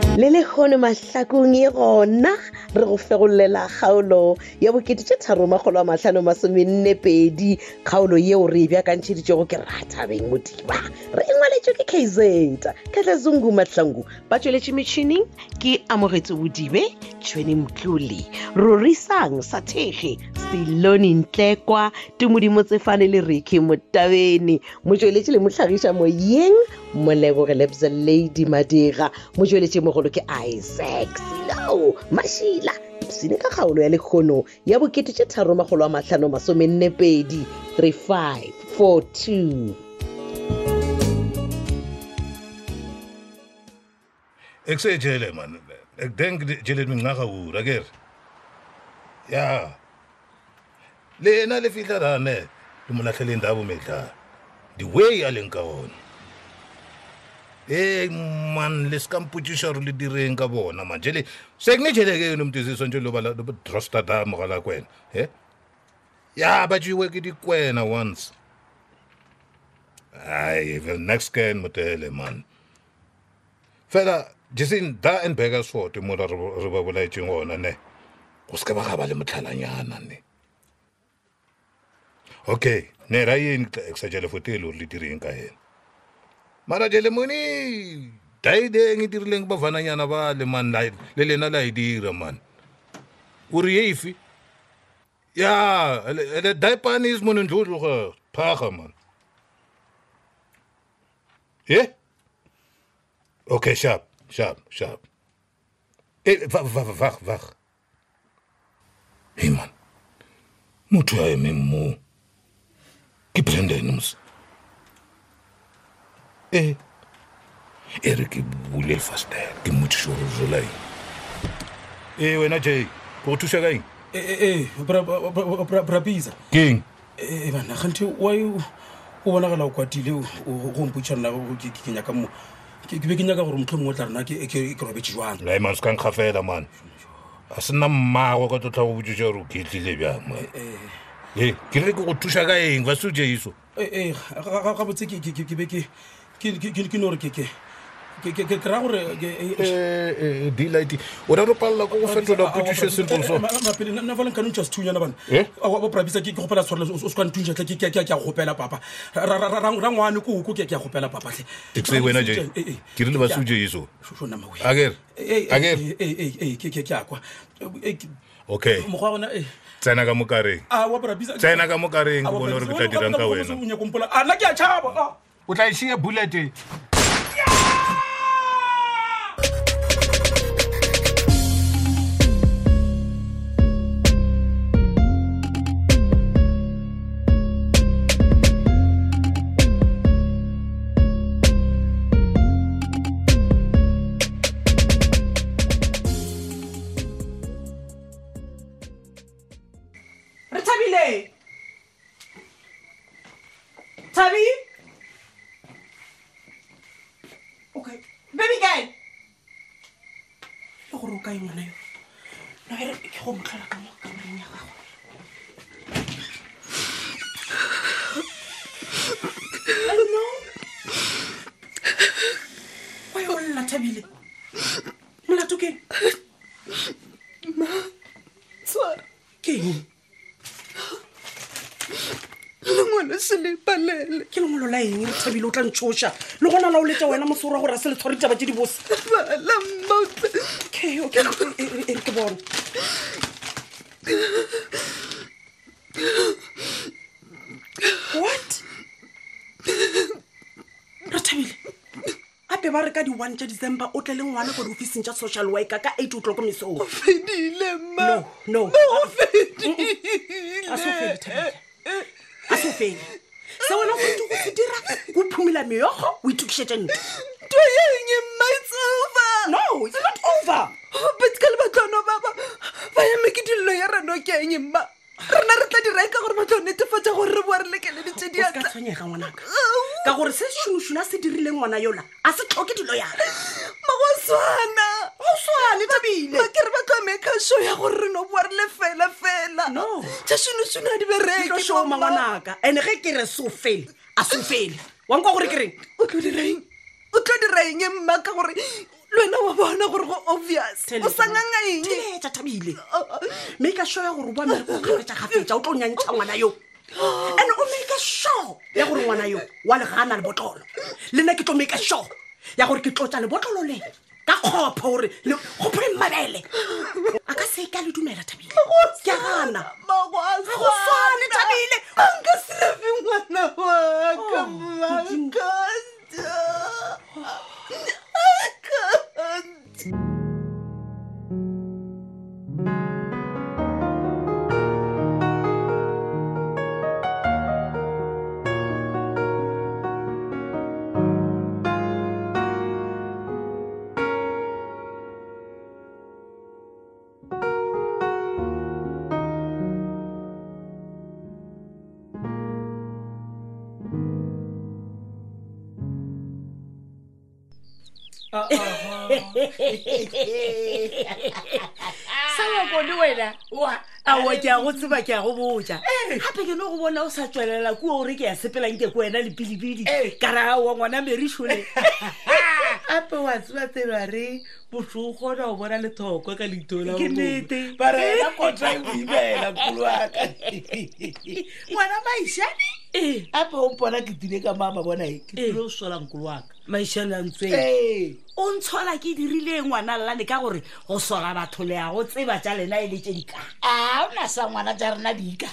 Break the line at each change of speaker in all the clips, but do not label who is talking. kgone mahlakong e gona re go fegollela kgaolo ya bokete tše tharomagolo a mahlano masomenne pedi kgaolo yeo re e bjakantšheditšego ke ratabeng modiba re e ngwaletšwe ke kazeta katlazungu mahlangu ba tsweletše metšhining ke amogetse bodibe tšhweni mtlole rorisang sa thege selone ntlekwa tumodimo tsefane le reke motabene motsweletše le motlhagiša moyeng molebogelepse lady madira motsweletše mogolo ke isaac selo mašila psene ka kgaolo ya lekgono ya bokete tše tharomagolo a mahlano masomenne pedi 35 42
ekusejele man ek denk jele mincaka ura akere ya lena le fihla rane le mo latlheleng dabo medlala the way a leng ka ona e man le sekampotšiša gore le direng ka bona man jele se ke ne jeleke yone e motse swantse le bala drosta da mogala kwena e ya ba jewe ke dikwena once ai the next can motele man fela jeseng da and bakersford mola re ba bolaetseng gona ne go se ke ba gaba le motlhalanyana ne okay ne ra yeng sa jale fote le gore le direng ka ena mara jale mone daideng e dirileng bavananyana ba le man la- le lena la e dira man o re ye efe ya ele daipane is mone ndlodloga phaga man ye okay sharp sharp sharp Eh, wa- wa- wa- wag hey Eh, man motho ya emeng moo ke brandon mos e e re ke bule faster ke mothuso gore jolae ee Eh, wena j go go thusa kaeng
Eh, brapisa
keng
ee banna kgante wy e, o bonagala o kwatile o- o- go mpotša rena o- ke ke- ke nyaka mo ke ke be ke nyaka gore motlho mongwe o tla rena ke ke- ke robetse jwang
laiman se ka nkga fela Eh, man a se nna mmaago ka tlotlha go botsiša gore o ketlile bjang man. ee ke Eh, re ke go thusa ka eng ba seo jeiso
ee gabotse ke ke- ke- ke be ke- ke- ke- ke- ke no gore ke ke- ke- ke- ke raya gore
Eh,
ke- eh,
delight Eh, o ra re palela ko go fetola potiso sentlong so
Eh,
nnafalenkanontsha sethunyana bana
Eh?
oprabisa ke gopela tshwarela o se ka nthuntšha tle ke a gopela papa Ra- ra- ra- ra- rangwane koko ke ke a gopela papatlhe
eh,
ekse e wena j
eh,
ke rile ba seo jeiso akere
Eh,
akere
ke ke a kwa Eh, ke-
okay
mokgwa wa gona eh.
tsena ka mokareng
Ah, wa Brabisa-
tsena ka mokareng
Ah,
ke
wa
bone gore ke
Brabisa,
tla
wa- wa-
dirang ka
wa- wa-
wena
o nyaka ho mpola- Ah, nna ke a tšhaba ah.
o
e
tla ešie bulete
re thabile thabi okay baby girl le gore o ka engwana yo no ere ke go motlhola ka mo kamereng ya gago no wa yo lla thabile molato ke eng?
tshwara
ke eng
le ngwana se le palele
ke lengwelo la eng re thabile o tla ntšhoša le gona la o letsa wena mosora gore a se le tshware ditaba tse di bose
bala mmaotse
okay okay e- e- e- e- ke bone what re thabile gape ba re ka di-one tša december o tle le ngwana ko diofficing tša social worker ka eight o'clock mesong
fedile ma
no no
o
a se o fele thabile
Alltså, fedile eh.
a se o fele se wena o fete go se dira o phumula meogo o itukišetše nto
ntho yeng mma its over
no it's not over
Oh, but ka lebatlhono ba ba ba eme ke dillo ya reno ke eng mma rena re tla di reka gore batlo netefatsa gore re boa re lekeleditse
o se ka
diatla
tshwenyega ngwanaka ka gore se šonošono a se dirile ngwana yola a se tlhoke dilo yana
mago swana
Go swane, Thabile.
Ba- ba ke re batlo meka show ya gore re no boa re le fela fela
No.
tša šonošono a di
tlo
bereke
šoma
mama.
ngwanaka and-e ge ke re sofele a sofele wanka gore ke reng
o tlo direng o tlo direng mma ka gore le wena wa bona gore go obvious o sa ngangaeng
teletsa thabile
Oh,
make sure ya gore o boamereko gafetsa gafetsa o tlo nyantšha ngwana yo and o make sure ya gore ngwana yo wa legana lebotlolo le nna ke tlo make sure ya gore ke tlotsa lebotlolo le ka kgopho gore le- gopoleng mabele a ka se ka le dumela thabile ke a gana
Mago a
Ga go swane,
swana.
Thabile.
a nka serafe ngwana waka
Oh,
mma,
Modimo.
nkata. Nkata.
sa wakone wena awa ke a go tseba ke a go botja gape ke no go bona o sa tswelela kuo ore ke ya sepelang ke ko wena le pilipidi ka raa wa ngwana merišole
ape wa tseba tseno a re motho o kgona go bona lethokwa ka leitola
Ke nnete.
barena kota e boimela koloaka ngwana maišane
ee
ape o mpona ke tile ka mama bonae ke
Ee.
tlile o solang koloaka
maišane a
Eh.
ntswe
ee
o ntshola ke dirile ngwana llane ka gore go sola batho le ya go tseba tja lena e le tse dikang
a ona sa ngwana tja rena dika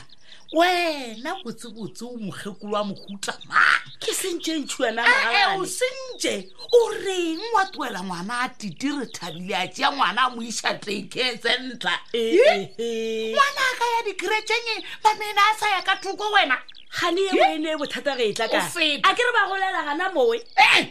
wena botsebotse o mokgekolo wa mohuta mang
ke sentse ntšhuana
ee o sentse o reng wa tuela ngwana a titire thabile a tšea ngwana a mo iša take center
E,
ngwana a ka ya dikeretseng mamene a sa ya ka thoko wena
gane e wene e bothata ge e tla
O
ka
feta.
a ke re ba golela gana moe
ee Eh,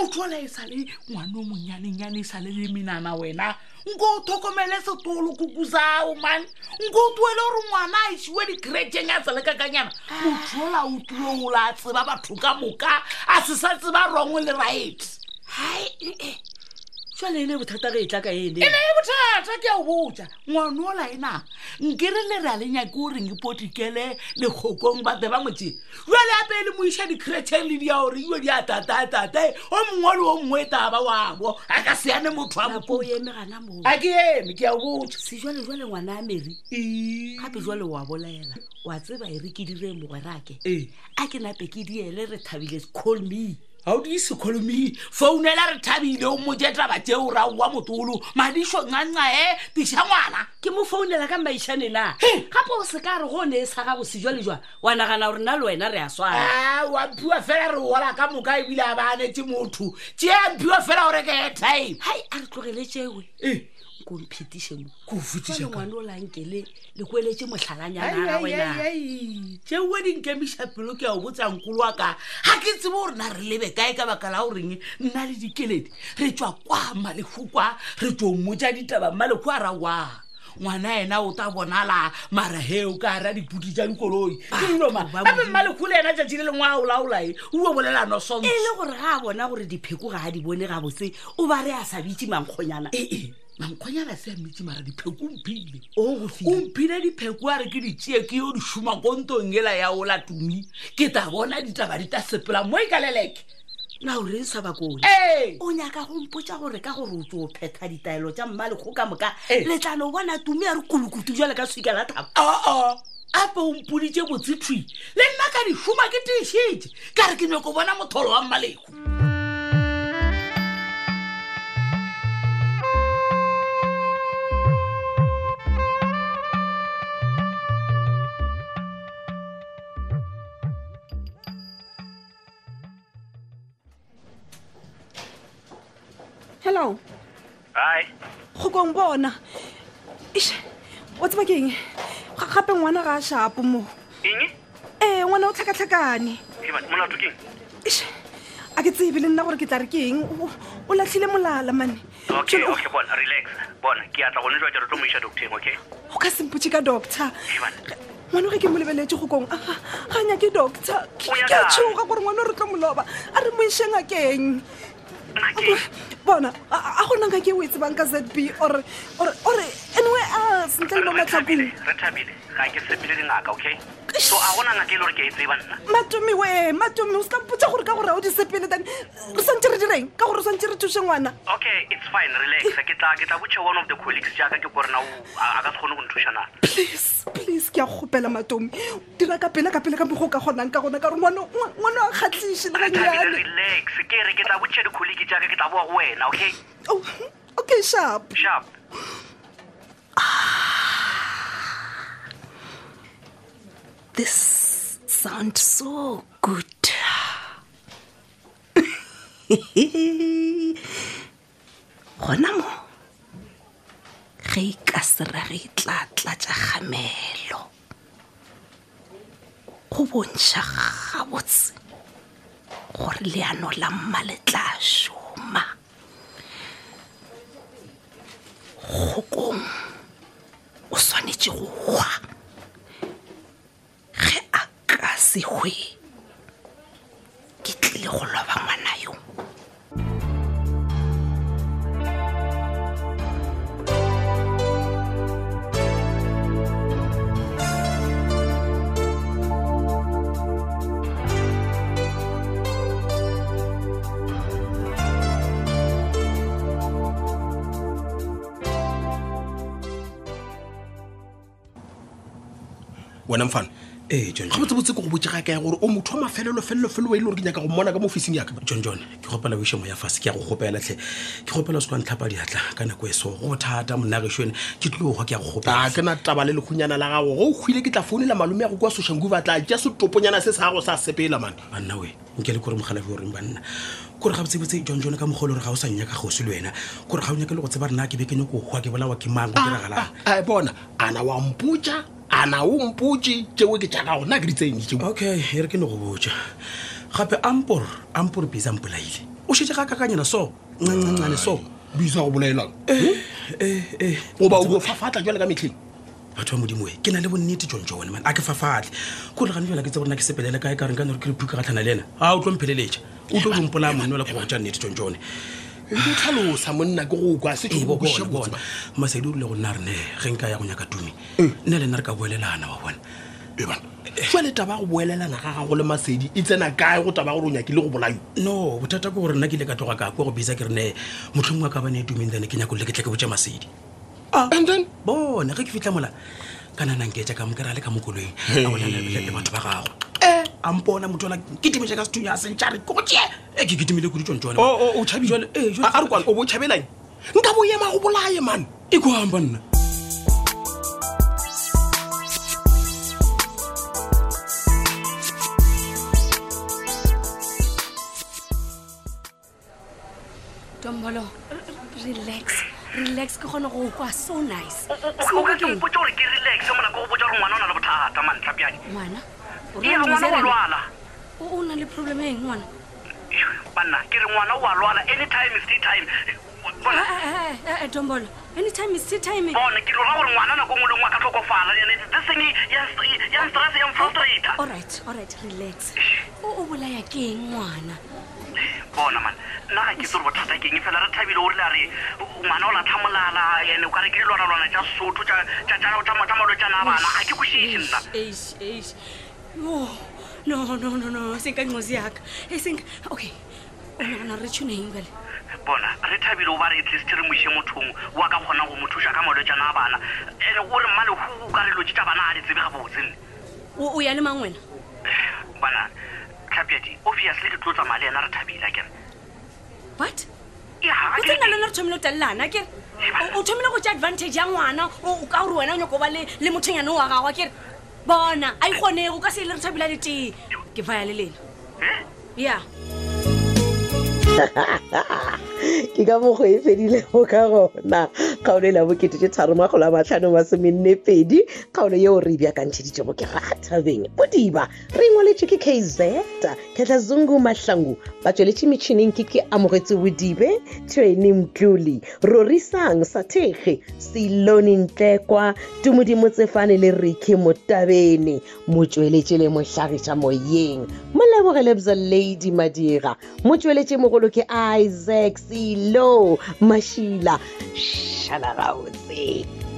motho ola e sale ngwana o monyanenyane e sale le menana wena nko o thokomele setolo kuku sao mane nko o tuele gore ngwana a isiwe dikeretseng a sale kakanyana motho ola o tlile ola a tseba batho ka moka a se sa tseba rongwe le right
tswale ene e bothata ge e tla ka ene
e ne e bothata ke o botsa ngwana ola ena nke re le re a lenyake o reng potikele lekgokong bate ba motse jale ape e le moiša dikretšheng le dia gore io di a tatatatae o mongwe le o mongwe e taba wabo a ka seane motho a
napo
mokoa
eme gana moe
a ke eme ke a o botsa
sejwalejwale ngwana a meri gape jwale wa bolaela wa tseba e re ke dire mogwerake
Ee.
a ke nape ke diele re thabile call me
ga o diise kgolomi founela re thabile o moje taba teo ra oa motolo madišong a ncae tiša ngwana
ke mo founela ka maišhane na gape o se ka re go ne e sa gago sejwalejwa wa nagana gore nna le wena re a swana
a wamphiwa Ah, fela re ola ka moka ebile a baanetse motho tšea mphiwa fela gore ke airtime
hai a re tlogele tsewe
Eh,
komphetiše mo
ko
jale
fotišeka
ngwane o lankele le koeletse motlhalanyana ga wena
tsewe dinkemiša pelo ke a o botsankolo wa ka ga ke tsebe gore na re lebe kae ka baka la goreng nna le dikeledi re tswa kwa malefo kwa re tso mmotsa ditaba malefo a ra wa ngwana ena o ta bonala mara he o ka ra diputi tsa dikoloi diloma
ba
gape
modimo.
mmalekgo le ena tsatsi le lengwe a o laolae uo bolelano
e
sonso
le gore ga a bona gore dipheko ga a di bone gabotse o ba re a sa bitse mankgonyana
ee mankgonyana se a metse mara dipheko omphile
o go file
omphile dipheko a re ke ditšee ke yo di šoma ko ntong ela ya ola tumi ke ta bona ditaba di ta sepela mo e ka leleke
na o reng sa
Eh,
bakone
ee
o nyaka go mpotsa gore ka gore o tso phetha ditaelo tsa mmalego ka moka
Eh.
letlano bona tumi a re kolokutu jale ka swika la thapa
oo ape o mpoditše botsethwi le nna ka di šoma ke tišitše ka re ke nyako bona motholo wa mmalego
hello
hai
go kong bona Eish, o tseba ke eng Ga- gape ngwana ga a shapo mo
eng
ee ngwana o tlhakatlhakane
ebane molato keng
Eish, a ke tsebe le nna gore ke tla re ke eng O- o latlhile molala mane
okay
Jwale o-
okay bona relax bona ke atla gone jwa jalo tlo mo iša doctoreng okay
o ka sempotse ka doctor
ebane
ngwana o ge ke mo lebeletse go kong ga nya ke doctor ke
O ya
ke a
kae?
tshoga gore ngwana o re tlo moloba a re mo išeng a keng
ngakeng
bona a a gona ka ke o e tsebang ka zb ore ore- ore anyway a sentle le mo
re
matlhakong
thabile re thabile ga ke sepele dingaka okay so a gona ngake e le gore ke a e tseba nna
matomi we matomi o se ka mpotsa gore ka gore ga o di sepele tane re swantse re direng ka gore o swantse re thuse ngwana
okay it's fine relax ke tla ke tla botse one of the colleagues jaaka ke korena a a ka se kgone go nthusa na
please please ke a gopela matomi dira ka pele ka pele ka mokgo o ka kgonang ka gona ka gore ngwana ngwa- ngwana a kgatlhise le
thabile
gannyane
relax ke re ke tla botse di-colleague jaaka ke tla boa go wena okay
Oh, okay sharp
sharp
This sounds so good. gona mo ge e ka serage e tla tlatša kgamelo go bontšha gabotse gore leano la mma le tla šoma kgokong o swanetše go hwa ge a ka sehwe ke tlile go loba ngwana yo
wena mfane
ee john
ga botsebotse ko go botse ga kae gore o motho wa mafelelo-felelo-felo wa e le gore ke nyaka go mmona ka mo officing yaka
john john ke gopela wešemo ya fase ke ya go gopela tlhe ke gopela se kwantlhapa diatla ka nako e so go bothata monnagiso ene ke tlile gwa ke ya go
a
gopela
ke na taba le lekhunyana la gago go o hwile ke tla founela malome ya go kwa soshanku ba tla ja setoponyana se sa gago sa sepela mane
banna we nke le kore mogalafi o reng banna kore ga botsebotse john john ka mogolo gore ga o sa nnyaka kgosi le wena kore ga o nyake le go tseba rena ke bekene ko gwa ke bolawa ke mang go diragalang
a Ah, eh, bona ana wa mpotsa ana o mpotse tseo ke jaaka gona ke di tseenitse
okay e re ke ne go botja gape ampor ampor bisa mpolaile o shetse ga kakanyana so ncancancane so
bisa go bolaelang
ee
goba o fafatla jale ka metlheng
batho ba modimoe ke na le bonnete john john man a ke fafatlhe ko legane fela ke tse gorena ke sepelele kae ka renkane gore ke re phuka ga tlhana le ena a o tlo mpheleletša o tlo bompolaya monnela kgogo ja nnete john john
ke tlhalosa monna ke go kwa
Eh,
Ee, bo- bona,
setšhobona
bona. masedi o rile go nna rene ge nka ya go nyaka tumi nna le nna re ka boelelana wa bona
jale taba ya go boelelana ga gago le masedi e tsena kae go taba ya gore o nyakile go bolaiwa
no bothata ke gore nna ke ile ka tloga ka kwa go bisa ke rene motlho mongwe a ka bane e tumeng then ke nyako le ke tle ke botse masedi
and then
bona ge ke fitlha mola ka nanang ke etsa ka mokry a le ka mokoloing a bolalele batho ba gago Eh, a mpona motho ola ke timetša ka sethunya a sentšare ke go tee e ke ketimile kudu tsontsone
Oh, o tšhabile
eh,
a re kwane o bo tšhabelang nka bo ema go bolae mane
e kwamba nna
tombolo relax relax ke kgone go kwa so nice
o ka ke mpotse gore ke relax mona ke go botsa gore ngwana o na le bothata mantlhapiane
ngwana o
ee
rena
ngwana
le
wa
mozerele?
lwala
O- o na le problem e eng ngwana
banna ke re ngwana wa lwala anytime is tea time Bona-
Ah, ah, ah, ah, tombolo anytime is tea time
bona ke roga gore ngwana nako ngwe le ngwe a ka tlhokofala and this thing ya st- ya stress ya mfrustrator
allright allright relax o o bolaya ke eng ngwana
bona man nna ga ke itse gore bothata keng fela re thabile o rile a re o- ngwana o latlhamolala and o ka re ke dilwanalwana tsa sotho tsa malwetsana a bana ga ke kwešiše nna
Eish, eish, eish. Oh, no no no no senka ncosi yaka esenka okay o nagana re tshune eng bale
bona re thabile o ba re atleast re moise mothong o a ka kgona go mo thusa ka malwetsana a bana and o re mmalehu o ka re lotse tsa bana a di tsebe gabotse nne
o o ya le mang wena
bona tlhapiadi obviously ke tlo tsamaya le ena re thabile akere
what
ya
o
akere
tsena le yona re thomile go talelana kere O- o thomile go tsa advantage ya ngwana o- o- ka gore wena o nyako ba le le mothonyane o wa gago akere bona a ikgonego ka se le re thabila le tee ke faya le lena
Eh?
ya
ke ka mokgo e fedilego ka gona kgaolo e la boketetše tharo magolo a matlhano masomenne pedi kgaolo yeo re ebjakantšheditšego ke ratabeng bodiba re ngwaletše ke kz kgetlha zungu mahlangu ba tsweletše metšhineng ke ke amogetse bodibe tšhweni mtlole rorisang sathege selone ntlekwa tumodimo tsefane le reke motabene motsweletše le mohlagiša moyeng molebogelebza lady madira motsweletše mogolo ke isaac selo mašila šhala gaotse